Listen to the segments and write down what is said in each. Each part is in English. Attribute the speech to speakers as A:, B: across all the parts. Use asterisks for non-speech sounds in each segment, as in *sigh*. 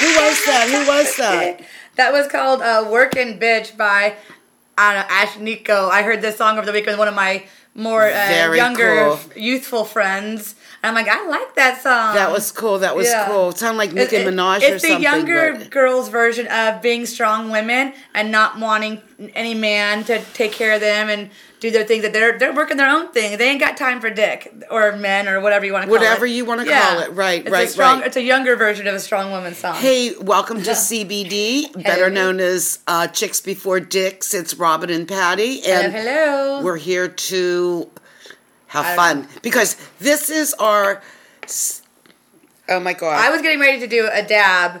A: Who was that? Who was that?
B: *laughs* That was called uh, Workin' Bitch by, I don't know, Ash Nico. I heard this song over the weekend with one of my more uh,
A: Very
B: younger,
A: cool.
B: f- youthful friends. And I'm like, I like that song.
A: That was cool. That was
B: Yeah.
A: cool. Sound like Nicki
B: It- it-
A: Minaj or
B: It's the
A: something.
B: younger
A: but-
B: girls' version of being strong women and not wanting any man to take care of them and do their thing. That they're they're working their own thing. They ain't got time for dick or men or whatever you want to call it.
A: Whatever you wanna call it. Right,
B: It's
A: right,
B: a strong,
A: right.
B: It's a younger version of a strong woman song.
A: Hey, welcome to CBD, better
B: Hello.
A: known as uh, Chicks Before Dicks. It's Robin and Patty,
B: Uh, hello,
A: and
B: hello.
A: we're here to have fun because this is our. s- Oh my god!
B: I was getting ready to do a dab,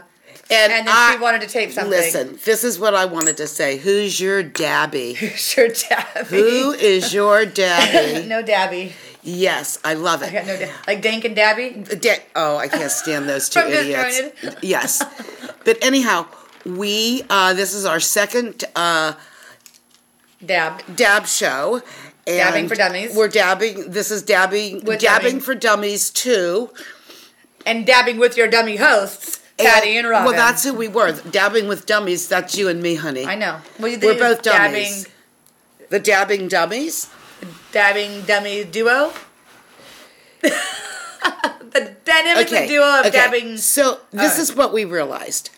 B: and then
A: I-
B: she wanted to tape something. *laughs*
A: Listen, this is what I wanted to say. Who's your dabby?
B: sure, dabby.
A: Who is
B: *laughs*
A: your dabby?
B: no dabby.
A: Yes, I love it.
B: Yeah, no dabby. Like Dank and Dabby.
A: Da- oh, I can't stand those two
B: *laughs* From
A: idiots.
B: Disjointed.
A: Yes, but anyhow, we uh, this is our second uh,
B: Dab.
A: dab show. And
B: Dabbing for Dummies.
A: We're dabbing. This is dabbing.
B: With
A: dabbing
B: Dummy.
A: for dummies too.
B: And dabbing with your dummy hosts, Patty and, Robin.
A: Well, that's who we were. Dabbing with dummies. That's you and me, honey.
B: I know. Well,
A: We're both dummies. The dabbing dummies.
B: Dabbing, dabbing dummy duo. *laughs* the dynamic
A: Okay.
B: duo of
A: okay.
B: dabbing.
A: So this
B: Alright.
A: is what we realized.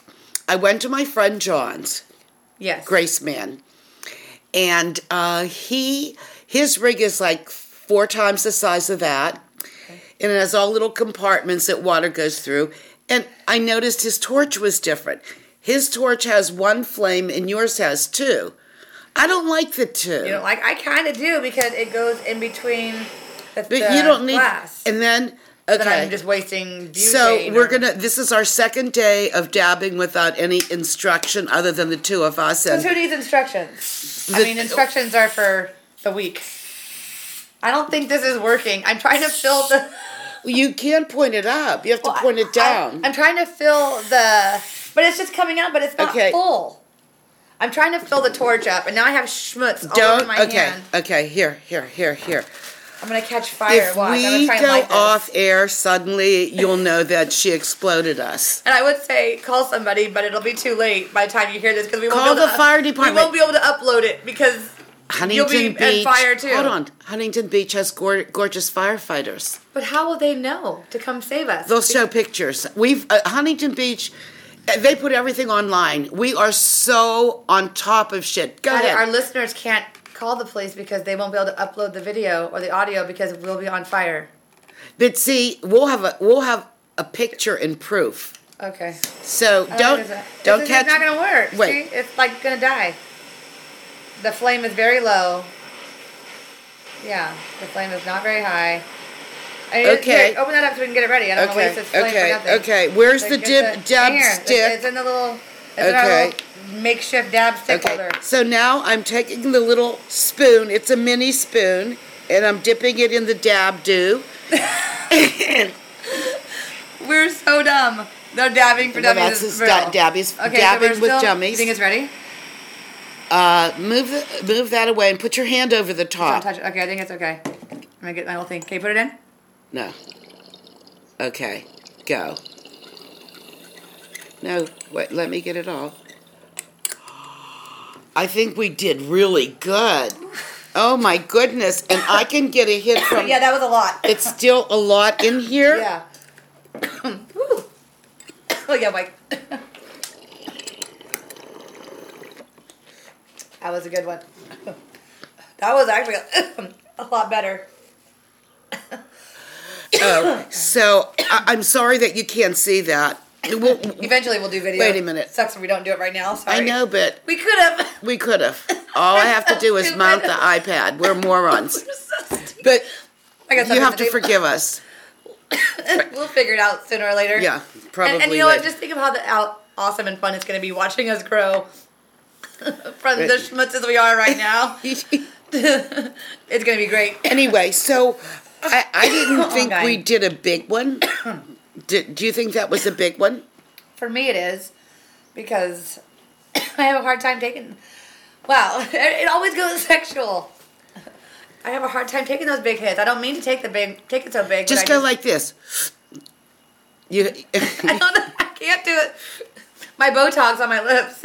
A: I went to my friend John's.
B: Yes.
A: Grace Man. And uh, he his rig is like four times the size of that. And it has all little compartments that water goes through. And I noticed his torch was different. His torch has one flame and yours has two. I don't like the two.
B: You know, like I kind of do because it goes in between the,
A: but
B: the
A: you don't need
B: glass.
A: and then okay.
B: Then I'm just wasting.
A: so
B: butane
A: we're
B: or-
A: gonna this is our second day of dabbing without any instruction other than the two of us and
B: Who needs instructions? I
A: The-
B: mean, instructions are for the week. I don't think this is working. I'm trying to fill the.
A: you can't point it up. You have *laughs* to
B: Well,
A: point it down.
B: I, am trying to fill the, but it's just coming out, but it's not
A: Okay.
B: full. I'm trying to fill the torch up, and now I have schmutz all over
A: Don't.
B: my
A: okay.
B: hand.
A: Okay. Here. Here. Here. Here.
B: I'm gonna catch fire.
A: If
B: Watch. I'm gonna
A: we
B: try and
A: go
B: light this.
A: off air suddenly, you'll know that she exploded us.
B: And I would say call somebody, but it'll be too late by the time you hear this because we won't
A: Call
B: be able
A: the
B: to,
A: fire
B: We
A: department.
B: won't be able to upload it because
A: Huntington
B: you'll be
A: Beach.
B: on fire too.
A: Hold on. Huntington Beach has gor- gorgeous firefighters.
B: But how will they know to come save us?
A: They'll show pictures. We've uh, Huntington Beach. uh, They put everything online. We are so on top of shit. Go
B: But
A: ahead.
B: our listeners can't call the police because they won't be able to upload the video or the audio because we'll be on fire.
A: but see, we'll have a we'll have a picture and proof.
B: Okay.
A: So
B: I
A: don't
B: think it's-
A: don't
B: Uh, this Oh, is-
A: catch.
B: It's not gonna work.
A: Wait.
B: See? it's like gonna die. The flame is very low. Yeah, the flame is not very high. I mean,
A: Okay.
B: here, open that up so we can get it ready. I don't want to
A: Okay,
B: waste this flame for
A: okay,
B: nothing.
A: okay. Where's
B: So
A: the
B: get
A: dip,
B: right
A: dab
B: here. It's- It's
A: stick?
B: in the little. It's in our
A: Okay.
B: little makeshift dab stick
A: Okay,
B: holder.
A: so now I'm taking the little spoon, it's a mini spoon, and I'm dipping it in the dab *laughs*
B: *laughs*
A: do.
B: We're so dumb. No dabbing for
A: Well,
B: dummies.
A: that's
B: is
A: just
B: real.
A: da- dabbies-
B: Okay,
A: dabbing
B: so
A: with
B: we're still,
A: dummies.
B: You think it's ready?
A: Uh, move the, move that away and put your hand over the
B: Don't
A: top.
B: touch it. Okay, I think it's okay. I'm gonna get my whole thing. Can you put it in?
A: No. Okay, go. No, wait, let me get it off. I think we did really
B: *laughs*
A: good. Oh my goodness, and I can get a hit from
B: Yeah, that was a lot.
A: It's still a lot in here.
B: Yeah. *coughs* Woo. oh yeah, Mike. that was a good one. that was actually *coughs* a lot better.
A: Oh, so I- I'm sorry that you can't see that. Well,
B: Eventually, we'll do video.
A: Wait a minute.
B: Sucks if we don't do it right now. Sorry.
A: I know, but
B: We could have. *laughs*
A: we could have. All I have to do is mount the iPad. We're morons. But
B: I got
A: you
B: something
A: have to
B: do.
A: forgive us.
B: *laughs* we'll figure it out sooner or later.
A: Yeah, probably.
B: And, and you know what?
A: later.
B: Just think of how the, how awesome and fun it's going to be watching us grow *laughs* from the schmutz as we are right now. *laughs* it's going to be great.
A: anyway, so I,
B: *laughs*
A: I didn't think
B: Okay.
A: we did a big
B: *coughs*
A: one. Did, do you think that was a big one?
B: For me, it is because *coughs* I have a hard time taking. Wow, it, *laughs* it always goes sexual. I have a hard time taking those big hits. I don't mean to take the big, take it so big. but
A: Just
B: I
A: go like this. You, *laughs*
B: *laughs* I don't know. can't do it. My Botox on my lips.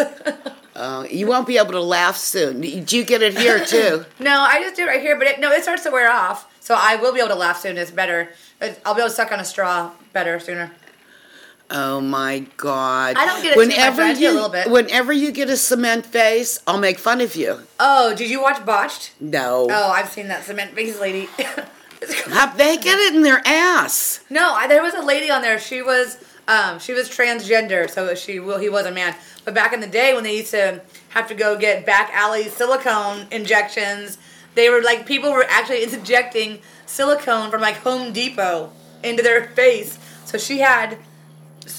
B: *laughs*
A: Uh, you won't be able to laugh soon. Do you get it here
B: *laughs*
A: too?
B: no, I just do it right here, but it, no, it starts to wear off. So I will be able to laugh soon. It's better. It- I'll be able to suck on a straw better sooner.
A: Oh my god!
B: I don't get it too much, but I do
A: you
B: a little bit.
A: whenever you get a cement face, I'll make fun of you.
B: Oh, did you watch Botched?
A: No,
B: Oh, I've seen that cement face lady. *laughs*
A: How- they get it in their ass.
B: No, I, there was a lady on there. She was um, she was transgender, so she well he was a man. But back in the day when they used to have to go get back alley silicone injections, they were like people were actually *laughs* injecting silicone from like Home Depot into their face. So she had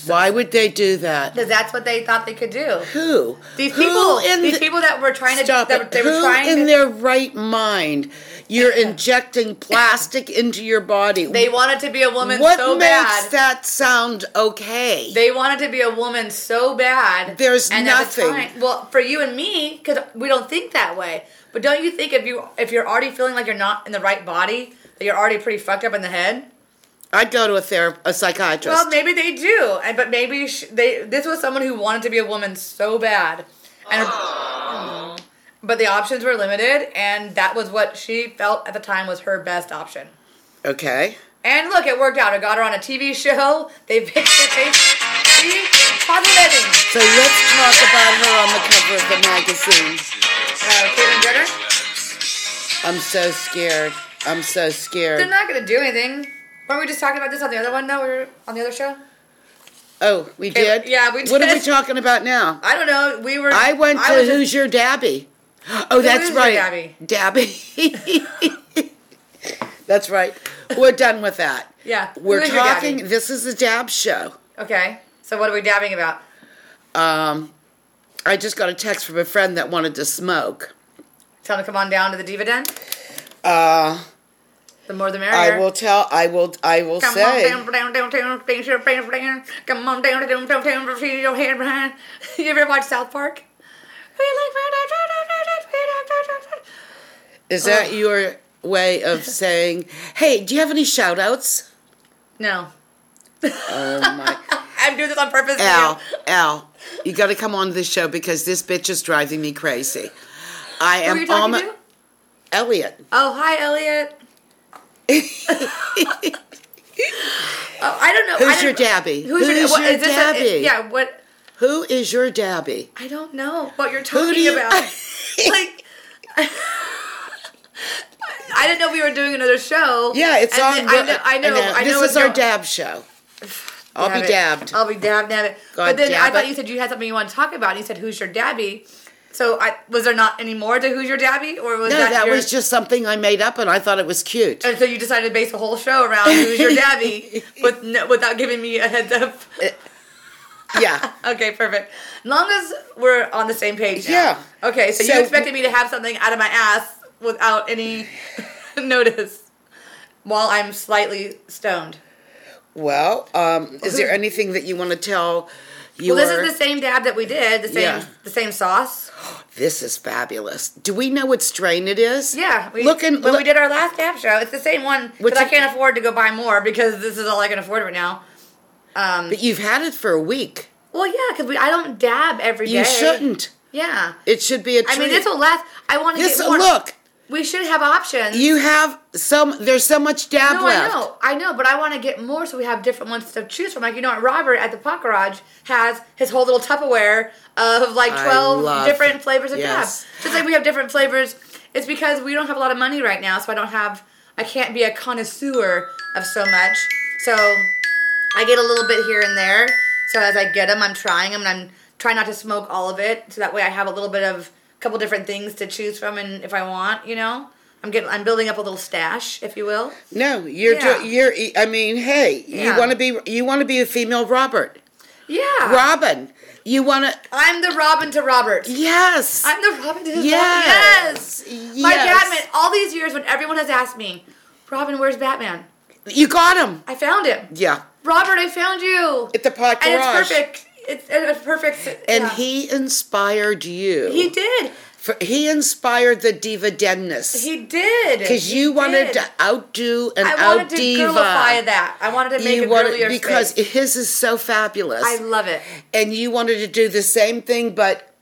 A: Why would they do that?
B: because that's what they thought they could do.
A: Who?
B: These
A: Who
B: people,
A: in
B: these
A: the-
B: people that were trying to
A: Stop
B: that,
A: it.
B: they
A: Who
B: were trying
A: in
B: to,
A: their right mind?
B: *laughs*
A: You're injecting plastic into your body.
B: they wanted to be a woman
A: what
B: so
A: makes
B: bad.
A: that sound okay?
B: They wanted to be a woman so bad.
A: There's
B: and at the
A: nothing.
B: time- well, for you and me, because we don't think that way. But don't you think if you if you're already feeling like you're not in the right body, that you're already pretty fucked up in the head?
A: I'd go to a therapist, a psychiatrist.
B: Well, maybe they do, and but maybe sh- they. This was someone who wanted to be a woman so bad, and but the options were limited, and that was what she felt at the time was her best option.
A: okay.
B: And look, it worked out. It got her on a TV show. They *laughs* fixed her face. See, positive ending.
A: So let's talk about her on the cover of the magazine.
B: Uh, Caitlyn Jenner.
A: I'm so scared. I'm so
B: They're
A: scared.
B: not gonna do anything. Weren't we just talking about this on the other one? No, we were on the other show.
A: Oh, we did?
B: yeah, we
A: What are we
B: did.
A: talking about now?
B: I don't know. We were.
A: I went to
B: was just-
A: Who's Your Dabby. *gasps* Oh, that's
B: Your
A: right. Dabby. *laughs* that's right. We're done with that.
B: Yeah.
A: We're
B: Who's Your
A: talking,
B: Dabby?
A: this is a dab show.
B: Okay. So what are we dabbing about?
A: Um, I just got a text from a friend that wanted to smoke.
B: Tell them to come on down to the diva den.
A: Uh,
B: The more the merrier.
A: I will tell, I will, I will
B: Come
A: say.
B: on down, down, down, down, down, down, down, down. Come on down, down, down, down, down, down, your head behind. *laughs* You ever watch South Park?
A: Is that your way of saying, hey, do you have any shout outs?
B: No.
A: Oh my.
B: *laughs* I'm doing this on purpose. to
A: Al,
B: you.
A: Al, you got to come on this show because this bitch is driving me crazy. I
B: Who
A: am
B: are you talking
A: almo-
B: to?
A: Elliot.
B: Oh, hi,
A: *laughs*
B: Elliot. oh, I don't know. I
A: Who's
B: don't-
A: your dabby?
B: Who's, your, what, is this a-
A: dabby?
B: it- yeah, what?
A: Who is your dabby?
B: I don't know what you're
A: Who
B: talking
A: do you? *laughs*
B: about. *laughs* like, I didn't know we were doing another show.
A: yeah, it's
B: and
A: on.
B: then I know. I know.
A: and, uh,
B: I know
A: This is
B: it's
A: our
B: not-
A: dab
B: *sighs*
A: show. I'll
B: Damn
A: be
B: it. Oh,
A: dabbed.
B: I'll be dabbed. Damn it.
A: God
B: but then
A: dab
B: I thought
A: it.
B: you said you had something you want to talk about. And you said, "Who's your dabby?" So I was there not any more to who's your dabby, or was
A: no,
B: that,
A: that,
B: your,
A: was just something I made up, and I thought it was
B: *laughs*
A: cute.
B: And so you decided to base the whole show around who's your
A: *laughs*
B: dabby with no, without giving me a heads up.
A: Eh. yeah.
B: Okay, perfect. As long as we're on the same page. now.
A: Yeah.
B: Okay, so,
A: So-
B: you expected me to have something out of my ass without any *laughs* notice while I'm slightly stoned.
A: Well, um, is there anything that you want to tell? Your,
B: Well, this is the same dab that we did. The same
A: Yeah.
B: the same sauce.
A: This is fabulous. Do we know what strain it is?
B: Yeah. We,
A: Looking.
B: when we did our last dab show, it's the same one
A: What's
B: because I
A: it-
B: can't afford to go buy more because this is all I can afford right now. Um,
A: But you've had it for a week.
B: well, yeah, because I don't dab every day.
A: You shouldn't.
B: Yeah.
A: It should be a treat.
B: I mean, this will last. I want to
A: This-
B: get more.
A: look.
B: we should have options.
A: You have some. There's so much dab
B: no,
A: left.
B: I know, I know, but I want to get more so we have different ones to choose from. Like you know, what Robert at the Pot Garage has his whole little Tupperware of like
A: I
B: twelve
A: love-
B: different flavors of
A: yes.
B: dab. Just like we have different flavors. It's because we don't have a lot of money right now, so I don't have. I can't be a connoisseur of so much. So I get a little bit here and there. So as I get them, I'm trying them, and I'm trying not to smoke all of it, so that way I have a little bit of a couple different things to choose from, and if I want, you know. I'm getting. I'm building up a little stash, if you will.
A: No, you're.
B: Yeah.
A: Do, you're. I mean, hey, you
B: Yeah.
A: want to be. You want to be a female Robert.
B: Yeah.
A: Robin. You want to.
B: I'm the Robin to Robert.
A: Yes.
B: I'm the Robin to his
A: Yes.
B: Robin. Yes. My
A: Yes.
B: Batman. All these years when everyone has asked me, Robin, where's Batman?
A: you got him.
B: I found him.
A: Yeah.
B: Robert, I found you.
A: At the pot
B: and it's
A: garage.
B: perfect. It's, it's perfect.
A: And
B: yeah.
A: he inspired you.
B: He did.
A: For, he inspired the diva deadness.
B: He did.
A: Because
B: He
A: you wanted
B: did.
A: to outdo and
B: I wanted
A: out
B: to
A: diva.
B: girlify that. I wanted to make
A: You
B: a
A: wanted-
B: girlier
A: because
B: space.
A: his is so fabulous,
B: I love it.
A: and you wanted to do the same thing but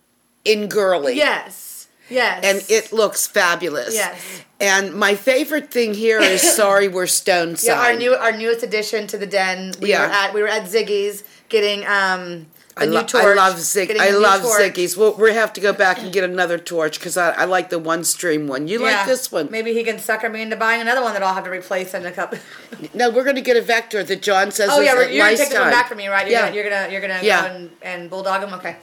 A: in girly.
B: Yes. Yes.
A: and it looks fabulous.
B: Yes.
A: And my favorite thing here
B: *laughs*
A: is sorry we're stone sign.
B: Yeah, our new our newest addition to the den. We
A: Yeah.
B: were at we were at Ziggy's getting um a
A: I,
B: new
A: lo-
B: torch.
A: I love Zig.
B: getting a
A: I
B: new
A: love
B: torch.
A: Ziggy's. We'll, we have to go back and get another torch because I, I like the one stream one. You
B: Yeah.
A: like this one?
B: Maybe he can sucker me into buying another one that I'll have to replace in a couple.
A: No, we're going to get a vector that John says.
B: *laughs* oh
A: is
B: yeah,
A: at
B: we're- you're gonna take this one
A: Lifetime.
B: back from me, right? You're
A: yeah.
B: gonna, you're gonna you're gonna
A: Yeah.
B: go and, and bulldog him. Okay.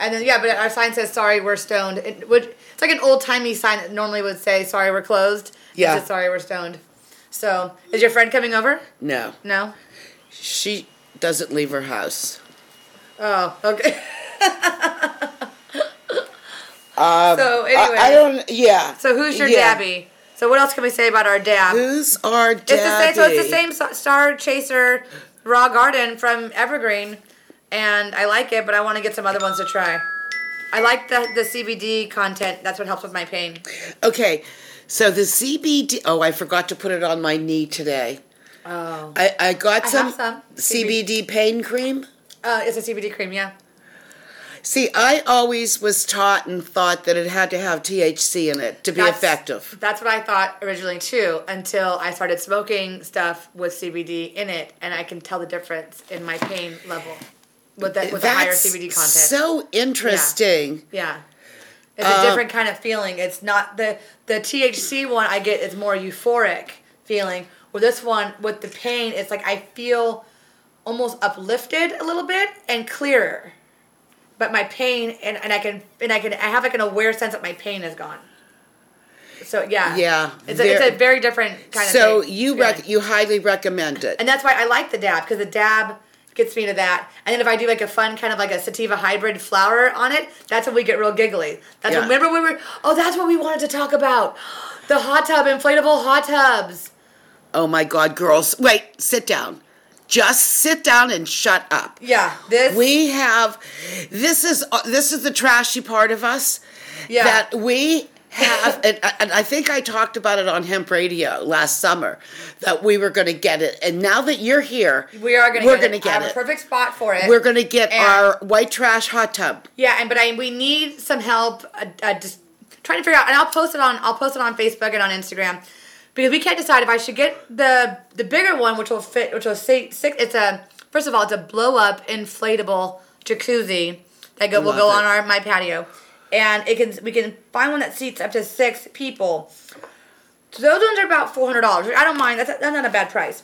B: And then yeah, but our sign says sorry we're stoned. It would it's like an old timey sign that normally would say sorry we're closed.
A: Yeah.
B: It says, sorry we're stoned. So is your friend coming over?
A: no,
B: No.
A: she doesn't leave her house.
B: Oh
A: *laughs*
B: okay. so
A: Um, I-
B: anyway.
A: I, don't. Yeah.
B: So who's your
A: Yeah.
B: dabby? So what else can we say about our dab?
A: Who's our dabby?
B: it's the same. So it's the same so- Star Chaser Raw Garden from Evergreen, and I like it, but I want to get some other ones to try. I like the the CBD content. That's what helps with my pain.
A: Okay, so the CBD. Oh, I forgot to put it on my knee today.
B: Oh,
A: I, I got
B: have
A: some,
B: some
A: CBD pain cream.
B: uh, it's a CBD cream. Yeah.
A: See, I always was taught and thought that it had to have THC in it to be
B: That's-
A: effective.
B: That's what I thought originally too, until I started smoking stuff with CBD in it, and I can tell the difference in my pain level with that with the higher
A: That's
B: CBD content.
A: so interesting.
B: Yeah. It's a different
A: Um,
B: kind of feeling. It's not the the THC one I get is more euphoric feeling. Where this one with the pain, it's like I feel almost uplifted a little bit and clearer. But my pain and, and I can and I can I have like an aware sense that my pain is gone. So yeah.
A: Yeah,
B: It's a, it's
A: there-
B: a very different kind
A: So
B: of thing,
A: you
B: feeling.
A: rec- you highly recommend it.
B: And that's why I like the dab because the dab gets me to that. And then if I do like a fun kind of like a sativa hybrid flower on it, that's when we get real giggly. That's when,
A: Yeah.
B: remember we were oh that's what we wanted to talk about, the hot tub inflatable hot tubs.
A: oh my God, girls! Wait, sit down. Just sit down and shut up.
B: Yeah, this
A: We have this is uh, this is the trashy part of us.
B: Yeah.
A: That we have, *laughs* and, and I think I talked about it on Hemp Radio last summer that we were going to get it, and now that you're here,
B: we are gonna
A: we're
B: get
A: going to
B: it. I have
A: get
B: a
A: it.
B: perfect spot for it.
A: We're going to get
B: And-
A: our white trash hot
B: *laughs*
A: tub.
B: Yeah, and but I we need some help. Uh, uh, just trying to figure out, and I'll post it on I'll post it on Facebook and on Instagram because we can't decide if I should get the the bigger one, which will fit, which will say six. It's a first of all, it's a blow up inflatable jacuzzi that go, will
A: love
B: go
A: it.
B: on our my patio, and it can we can find one that seats up to six people. So those ones are about four hundred dollars. I don't mind. That's, that's not a bad price.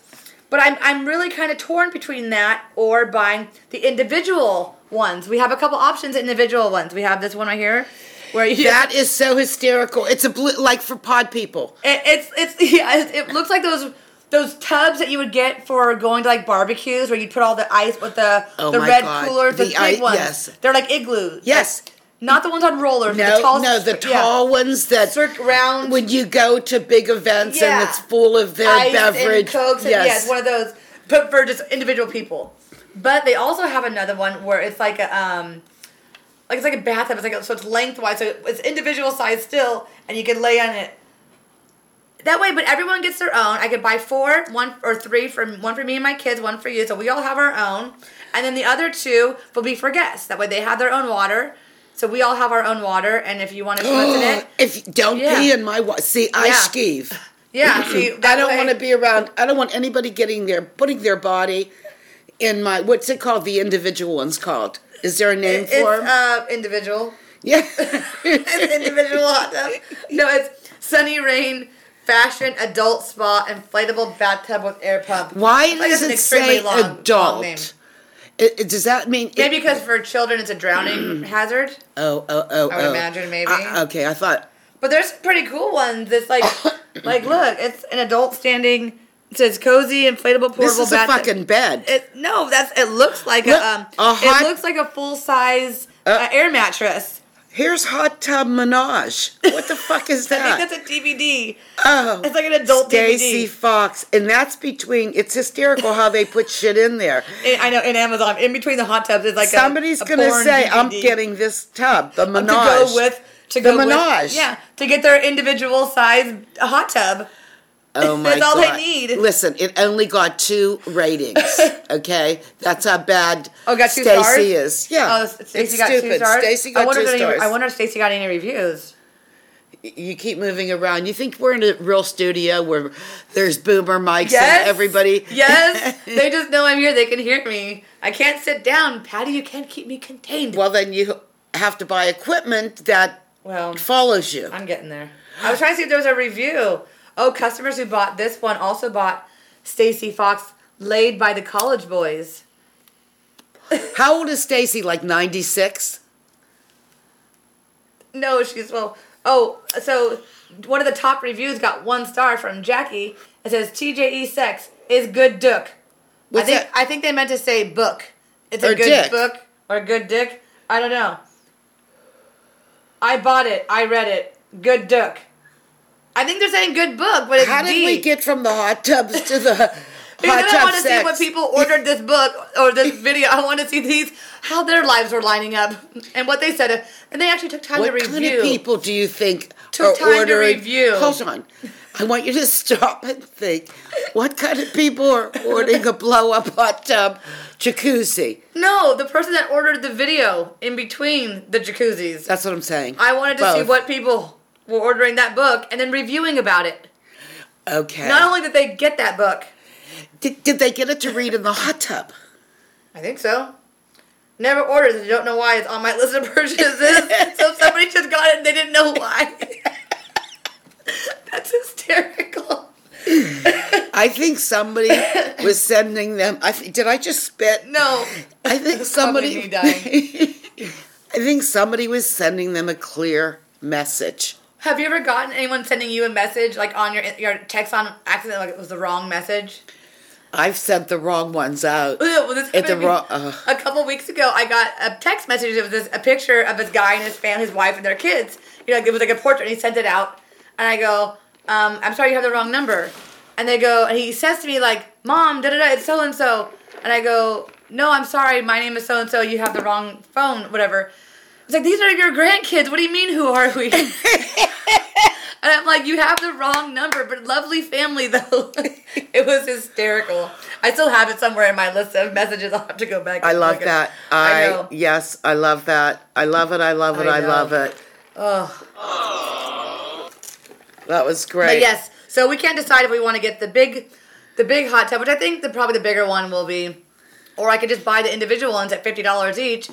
B: But I'm I'm really kind of torn between that or buying the individual ones. We have a couple options, individual ones. We have this one right here, where you
A: That is so hysterical. It's a blue, like for pod people.
B: *laughs* it, it's it's *laughs* yeah, it, it looks like those. Those tubs that you would get for going to like barbecues, where you'd put all the ice with the
A: Oh
B: the
A: my
B: red
A: God.
B: coolers, the,
A: The i-
B: big ones.
A: yes.
B: They're like igloos.
A: Yes.
B: Not the ones on rollers. but
A: No,
B: the tall,
A: no, the
B: yeah.
A: tall ones that
B: Circ- round-
A: when you go to big events
B: Yeah.
A: and it's full of their
B: ice
A: beverage.
B: and cokes and yeah, it's one of those, but for just individual people. But they also have another one where it's like a um, like it's like a bathtub. It's like a, so it's lengthwise, so it's individual size still, and you can lay on it. That way, but everyone gets their own. I could buy four, one or three from one for me and my kids, one for you. So we all have our own, and then the other two will be for guests. That way, they have their own water. So we all have our own water, and if you want to put in it,
A: *gasps* If you don't
B: Yeah.
A: pee in my water, see, I
B: Yeah.
A: skeeve.
B: yeah. See,
A: I
B: that
A: don't
B: way-
A: want to be around. I don't want anybody getting their putting their body in my what's it called? The individual one's called. Is there a name
B: It's
A: for 'em? *laughs*
B: uh, individual.
A: yeah.
B: *laughs* It's individual hot tub. *laughs* No, it's Sunny Rain Fashion Adult Spa Inflatable Bathtub with Air Pump.
A: *laughs* Why does
B: Like, that's an
A: it
B: extremely
A: say
B: long- long
A: adult?
B: name.
A: It- it- does that mean it-
B: Maybe because for children it's a
A: *clears throat*
B: drowning hazard.
A: Oh, oh, oh!
B: I would
A: oh.
B: imagine, maybe.
A: I- okay, I thought.
B: But there's some pretty cool ones.
A: *coughs*
B: It's like, like look, it's an adult standing. It says cozy inflatable portable
A: This is a
B: bathtub.
A: fucking bed.
B: It, no, that's it. Looks like
A: Look,
B: a um.
A: a hot-
B: it looks like a full size uh,
A: Uh,
B: air mattress.
A: Here's hot tub menage. What the fuck is
B: *laughs* I
A: that?
B: think that's a DVD.
A: oh,
B: It's like an adult
A: Stacy
B: DVD.
A: Fox, and that's between. It's hysterical how they put shit in there.
B: In- I know in Amazon, in between the hot tubs, it's like a-
A: Somebody's
B: a
A: gonna
B: porn
A: say, "I'm
B: DVD.
A: getting this tub, the
B: to
A: menage."
B: go with to
A: The
B: go with-
A: Menage.
B: yeah, to get their individual size hot tub.
A: Oh my
B: That's all
A: god!
B: they need.
A: Listen, it only got two
B: *laughs*
A: ratings. Okay, that's how bad.
B: Oh, got two
A: Stacey
B: stars?
A: is. Yeah.
B: Oh,
A: It's
B: Stacy got
A: stupid.
B: two stars.
A: Stacey
B: I
A: got
B: wonder
A: two
B: if any-
A: stars.
B: I wonder if Stacy got any reviews.
A: you keep moving around. You think we're in a real studio where there's boomer mics
B: Yes.
A: and everybody. *laughs*
B: Yes. they just know I'm here. They can hear me. I can't sit down, Patty. You can't keep me contained.
A: Well, then you have to buy equipment that
B: Well,
A: follows you.
B: I'm getting there. I was trying to see if there was a review. Oh, customers who bought this one also bought Stacy Fox laid by the college boys.
A: How old is Stacy? Like 96?
B: No, she's well. Oh, so one of the top reviews got one star from Jackie. It says TJE sex is good duck. I
A: What's
B: think
A: that?
B: I think they meant to say book. It's a
A: Or
B: good
A: dick.
B: book or a good dick. I don't know. I bought it. I read it. Good duck. I think they're saying good book, but it's
A: How did
B: D.
A: we get from the hot tubs to the
B: *laughs*
A: hot
B: Because then I
A: tub
B: want to see
A: sex?
B: what people ordered this book or this *laughs* video. I want to see these how their lives were lining up and what they said. And they actually took time to
A: What
B: review.
A: kind of people do you think
B: Took
A: are
B: time to
A: ordering?
B: review.
A: Hold on, I want you to stop and think. What kind of people are ordering a blow-up hot tub jacuzzi?
B: No, the person that ordered the video in between the jacuzzis.
A: That's what I'm saying.
B: I wanted to see
A: Both.
B: what people were ordering that book and then reviewing about it.
A: Okay.
B: Not only did they get that book,
A: did, did they get it to read in the hot tub?
B: I think so. Never ordered. it. I don't know why it's on my list of *laughs* purchases. so somebody just got it and they didn't know why. *laughs* That's hysterical.
A: I think
B: *laughs*
A: somebody was sending them. I th- did. I just spit.
B: No.
A: I
B: *laughs*
A: think
B: Probably
A: somebody.
B: me dying.
A: *laughs* I think somebody was sending them a clear message.
B: Have you ever gotten anyone sending you a message like on your your text on accident like it was the wrong message?
A: I've sent the wrong ones out.
B: Ugh, well, this
A: At the
B: happened to me
A: wrong- uh.
B: a couple weeks ago, I got a text message of this a picture of this guy and his family, his wife and their kids. You know, it was like a portrait, and he sent it out, and I go, um, "I'm sorry, you have the wrong number," and they go, and he says to me like, "Mom, da da da, it's so and so," and I go, "No, I'm sorry, my name is so and so. You have the wrong phone, whatever." It's like these are your grandkids. What do you mean? Who are
A: *laughs*
B: we? and I'm like, you have the wrong number, but lovely family *laughs* though. it was hysterical. I still have it somewhere in my list of messages. I'll have to go back.
A: I
B: and
A: love
B: look at-
A: that.
B: I
A: I,
B: know.
A: yes, I love that. I love it. I love it. I,
B: I know.
A: love it.
B: Oh,
A: That was great.
B: but yes. So we can't decide if we want to get the big, the big hot tub, which I think the probably the bigger one will be, or I could just buy the individual ones at fifty dollars each.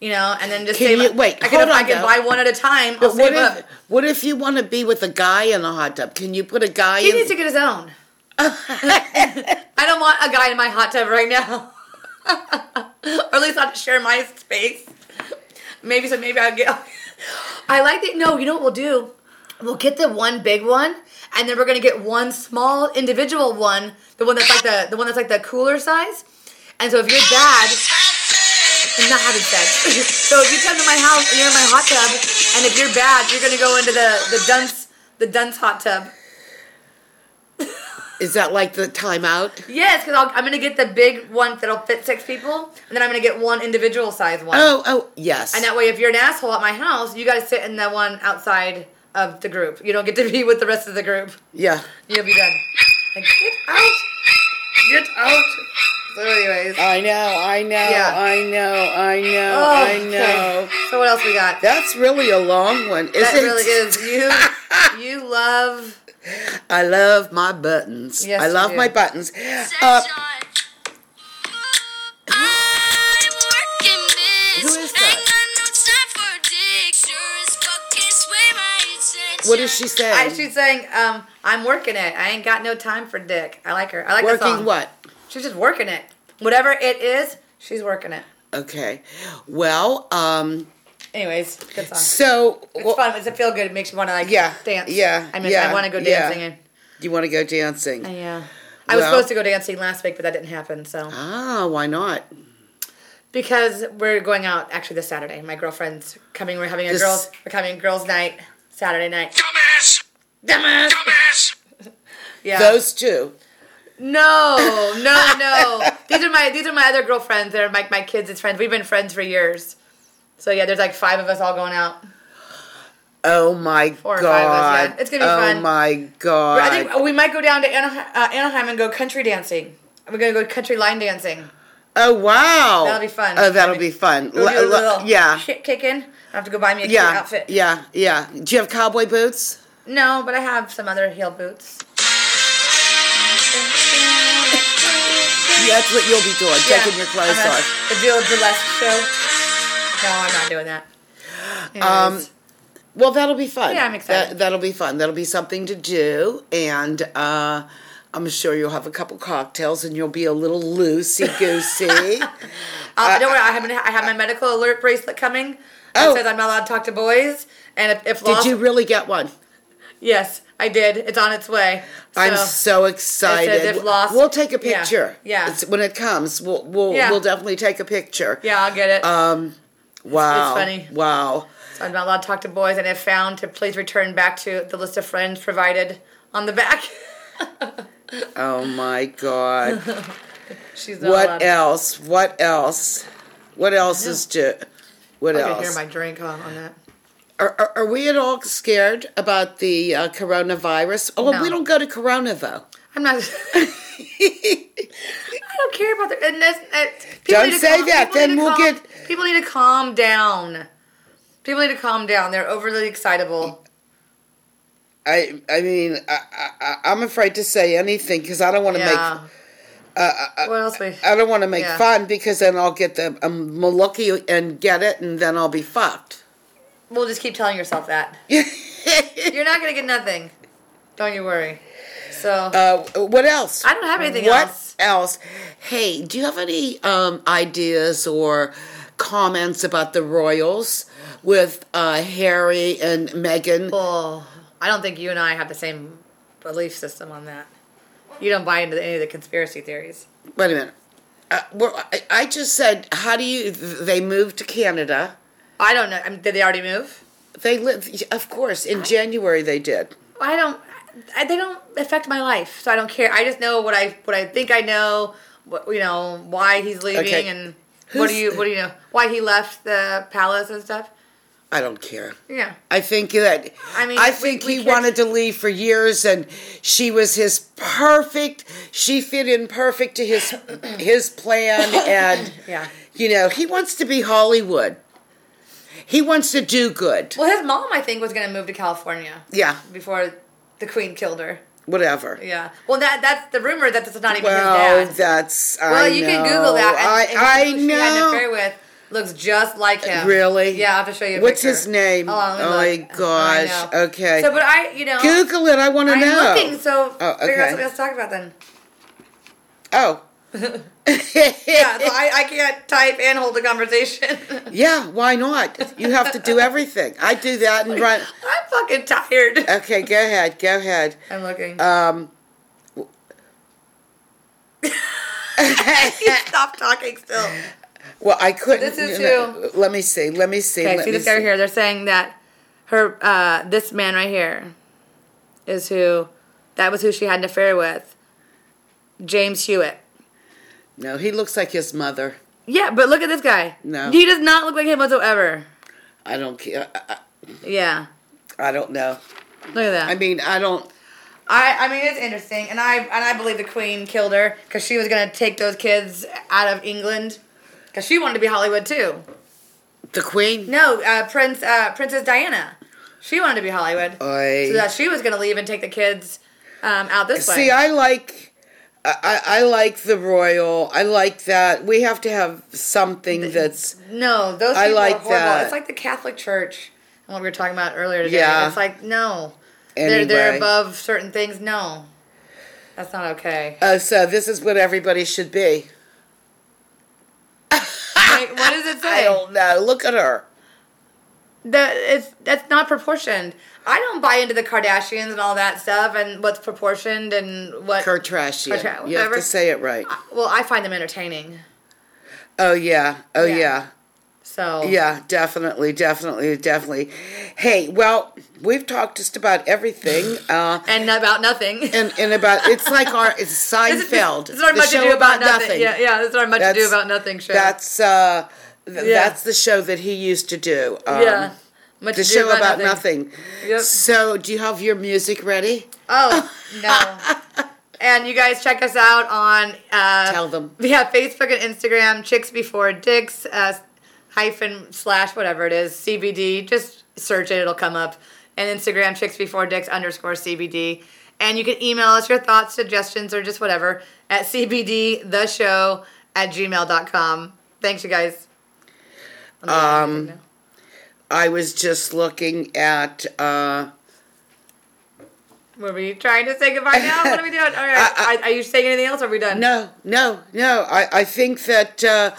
B: You know, and then just
A: Can
B: save.
A: you- wait,
B: I could,
A: hold
B: I
A: on,
B: could
A: though.
B: buy one at a time. I'll
A: But what
B: save up.
A: if, what if you want to be with a guy in a hot tub? Can you put a guy
B: He
A: in? *laughs*
B: needs to get his own. *laughs* I don't want a guy in my hot tub right now. *laughs* or at least not to share my space. Maybe so maybe I'll get I like that no, you know what we'll do? We'll get the one big one and then we're gonna get one small individual one, the one that's like the the one that's like the cooler size. And so if your dad I'm not having sex. *laughs* so if you come to my house and you're in my hot tub and if you're bad, you're gonna go into the, the dunce the dunce hot tub.
A: Is that like the timeout?
B: Yes, because I'm gonna get the big one that'll fit six people, and then I'm gonna get one individual size one.
A: Oh, oh, yes.
B: And that way, if you're an asshole at my house, you gotta sit in the one outside of the group. You don't get to be with the rest of the group.
A: Yeah.
B: You'll be done. Like, get out! Get out! So, anyways.
A: I know. I know.
B: Yeah.
A: I know. I know.
B: Oh,
A: I know.
B: okay. So what else we got? That,
A: That's really a long one, isn't it?
B: really is you.
A: *laughs*
B: You love.
A: I love my buttons.
B: Yes,
A: I
B: you
A: love
B: do.
A: my buttons. Uh,
C: Who
A: Who is that? what does she say?
B: I, she's saying, um, "I'm working it. I ain't got no time for dick." I like her. I like the
A: Working
B: song.
A: what?
B: She's just working it. Whatever it is, she's working it.
A: Okay. Well, um,
B: Anyways, good song. It's
A: so well,
B: fun. It's a feel good. It makes you want to like
A: Yeah,
B: dance.
A: yeah,
B: I miss.
A: yeah,
B: I want to go
A: yeah.
B: dancing. And,
A: you want to go dancing?
B: I, uh, I was
A: Well-
B: supposed to go dancing last week, but that didn't happen. So
A: Ah, why not?
B: because we're going out actually this Saturday. My girlfriend's coming. We're having a
A: This-
B: girls. We're having girls' night Saturday night.
C: Dumbass!
B: Dumbass.
C: Dumbass!
B: Yeah.
A: Those two.
B: No, no, no. *laughs* these are my these are my other girlfriends. They're my my kids' friends. We've been friends for years. So yeah, there's like five of us all going out.
A: Oh my
B: Four or
A: god!
B: five of us, yeah. It's gonna be
A: oh
B: fun.
A: my god!
B: I think we might go down to Anahe- uh, Anaheim and go country dancing. We're gonna go country line dancing.
A: oh wow!
B: That'll be fun.
A: Oh, that'll be fun.
B: Go
A: L-
B: do a
A: l-
B: little
A: yeah,
B: shit kicking. I have to go buy me a cute
A: yeah,
B: outfit.
A: yeah, yeah. Do you have cowboy boots?
B: No, but I have some other heel boots.
A: Yeah, that's what you'll be doing, taking your clothes
B: I'm gonna
A: off.
B: Do a burlesque show. No, I'm not doing that.
A: Um,
B: Anyways.
A: Well, that'll be fun.
B: Yeah, I'm excited.
A: That, that'll be fun. That'll be something to do, and uh, I'm sure you'll have a couple cocktails, and you'll be a little loosey
B: *laughs*
A: goosey.
B: Uh, don't worry, I have, I have my medical alert bracelet coming.
A: Oh.
B: It says I'm not allowed to talk to boys. And if, if
A: Did
B: laws-
A: you really get one?
B: Yes, I did. It's on its way.
A: I'm
B: So-
A: so excited.
B: if lost-
A: we'll take a
B: yeah,
A: picture.
B: yeah.
A: It's- when it comes, we'll we'll,
B: Yeah.
A: we'll definitely take a picture.
B: Yeah, I'll get it.
A: Um. Wow.
B: funny.
A: Wow.
B: so I'm not allowed to talk to boys, and if found, to please return back to the list of friends provided on the back. *laughs*
A: Oh my God.
B: She's not allowed.
A: what else? What else? What else is to? What
B: I can hear
A: else?
B: my drink on, on that.
A: Are, are, are we at all scared about the uh, coronavirus? Oh, well,
B: No.
A: we don't go to Corona though.
B: I'm not. *laughs* I don't care about the. And that's, that- people
A: Don't
B: need to
A: say
B: calm-
A: that,
B: people
A: then
B: need to
A: we'll
B: calm-
A: get-
B: People need to calm down. People need to calm down. They're overly excitable.
A: *laughs* I I mean I, I I- I'm afraid to say anything because I don't want to make uh,
B: Yeah. what else we?
A: I don't want to make
B: Yeah.
A: fun because then I'll get the um, malucky and get it, and then I'll be fucked.
B: We'll just keep telling
A: *laughs*
B: yourself that.
A: uh,
B: You're not gonna get nothing. Don't you worry. So
A: Uh, what else?
B: I don't have anything
A: what
B: else.
A: else? Hey, do you have any um, ideas or comments about the royals with uh, Harry and Meghan?
B: Well, I don't think you and I have the same belief system on that. You don't buy into any of the conspiracy theories.
A: Wait a minute. Uh, well, I, I just said, how do you? They moved to Canada.
B: I don't know. I mean, did they already move?
A: They live, of course, in January they did.
B: I don't. I, they don't affect my life, so I don't care. I just know what I what I think I know. What, you know why he's leaving
A: Okay.
B: and what do
A: Who's-
B: you what do you know why he left the palace and stuff.
A: I don't care.
B: Yeah.
A: I think that I
B: I
A: mean
B: mean,
A: I
B: we-
A: think
B: we
A: he
B: can't-
A: wanted to leave for years and she was his perfect she fit in perfect to his his plan
B: *coughs*
A: and
B: Yeah.
A: you know he wants to be Hollywood. He wants to do good.
B: Well, his mom, I think, was going to move to California
A: Yeah,
B: before the Queen killed her.
A: whatever.
B: Yeah. Well, that that's the rumor that this is not even
A: Well,
B: his dad.
A: that's
B: Well,
A: I
B: you can
A: know.
B: Google that. And,
A: I
B: and who She had an
A: I
B: affair
A: know.
B: with looks just like him.
A: Really?
B: Yeah, I will have to show you. A
A: What's
B: picture.
A: his name?
B: Hold on, let me
A: Oh my
B: look.
A: gosh,
B: I know.
A: okay.
B: So, but I, you know,
A: Google it. I want to
B: I'm
A: know.
B: looking. So,
A: Oh,
B: figure
A: okay.
B: out something else to talk about then.
A: Oh.
B: *laughs*
A: *laughs*
B: Yeah. So I, I can't type and hold a conversation. *laughs*
A: Yeah, why not? You have to do everything. I do that and run.
B: I'm fucking tired.
A: Okay, go ahead. Go ahead.
B: I'm looking. *laughs*
A: Um, *laughs*
B: Stop talking still.
A: well, I couldn't.
B: This is
A: Let me see. Let me see.
B: Okay,
A: let
B: see
A: me
B: this guy right here. They're saying that her uh, this man right here is who that was who she had an affair with. James Hewitt.
A: No, he looks like his mother.
B: Yeah, but look at this guy.
A: No.
B: He does not look like him whatsoever.
A: I don't care. I,
B: Yeah.
A: I, I don't know.
B: Look at that.
A: I mean, I don't.
B: I, I mean it's interesting and I and I believe the queen killed her cuz she was going to take those kids out of England cuz she wanted to be Hollywood too.
A: The queen.
B: No, uh, Prince uh, Princess Diana. She wanted to be Hollywood.
A: Oy.
B: So that she was going to leave and take the kids um, out this way.
A: See, I like. I, I I like the royal. I like that. We have to have something that's.
B: No, those people
A: I like
B: are horrible.
A: that.
B: It's like the Catholic Church and what we were talking about earlier today.
A: Yeah.
B: It's like no. They're
A: Anyway.
B: they're above certain things. No. That's not okay. *laughs*
A: Uh, so this is what everybody should be.
B: Like, what does it
A: I
B: say?
A: don't know. Look at her.
B: That it's that's not proportioned. I don't buy into the Kardashians and all that stuff and what's proportioned and what
A: Kardashian.
B: Kardashian,
A: you have to
B: whatever.
A: say it right.
B: well, I find them entertaining.
A: Oh yeah. Oh
B: Yeah.
A: yeah.
B: So
A: Yeah, definitely, definitely, definitely. Hey, well, we've talked just about everything, uh,
B: and about nothing.
A: and and about it's like our it's
B: *laughs* This is-
A: Seinfeld.
B: This is our
A: the
B: much to
A: show
B: do about, nothing. Yeah, yeah. This is our much to do
A: That's-
B: about nothing show.
A: That's uh, th-
B: Yeah.
A: that's the show that he used to do. Um,
B: yeah. Much
A: the
B: Ado
A: show about nothing.
B: Yep.
A: So, do you have your music ready?
B: Oh
A: *laughs*
B: no! and you guys check us out on uh,
A: Tell them.
B: Yeah, Facebook and Instagram, Chicks Before Dicks uh, hyphen slash whatever it is CBD. Just search it; it'll come up. And Instagram, Chicks Before Dicks underscore CBD. And you can email us your thoughts, suggestions, or just whatever at CBDTheShow at gmail.com. Thanks, you guys. Um,
A: I was just looking at. Uh,
B: Were we trying to say goodbye now? What are we doing? All right.
A: *laughs* I-
B: are, are you saying anything else? Or are we done?
A: no, no, no. I, I think that uh,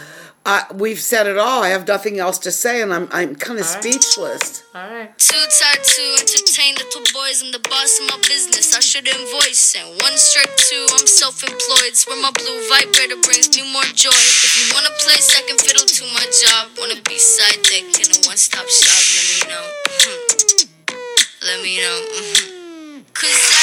A: I, we've said it all. I have nothing else to say, and I'm, I'm kind of
B: right.
A: speechless.
B: All right.
C: Too tired to entertain the two boys in the boss of my business. I should invoice and one strip two. I'm self-employed. Swear my blue vibrator brings me more joy. If you wanna play second fiddle to my job, wanna be side dick in a Hmm. one-stop shop, let me know. Mhm. Let me know. Mhm. Cause I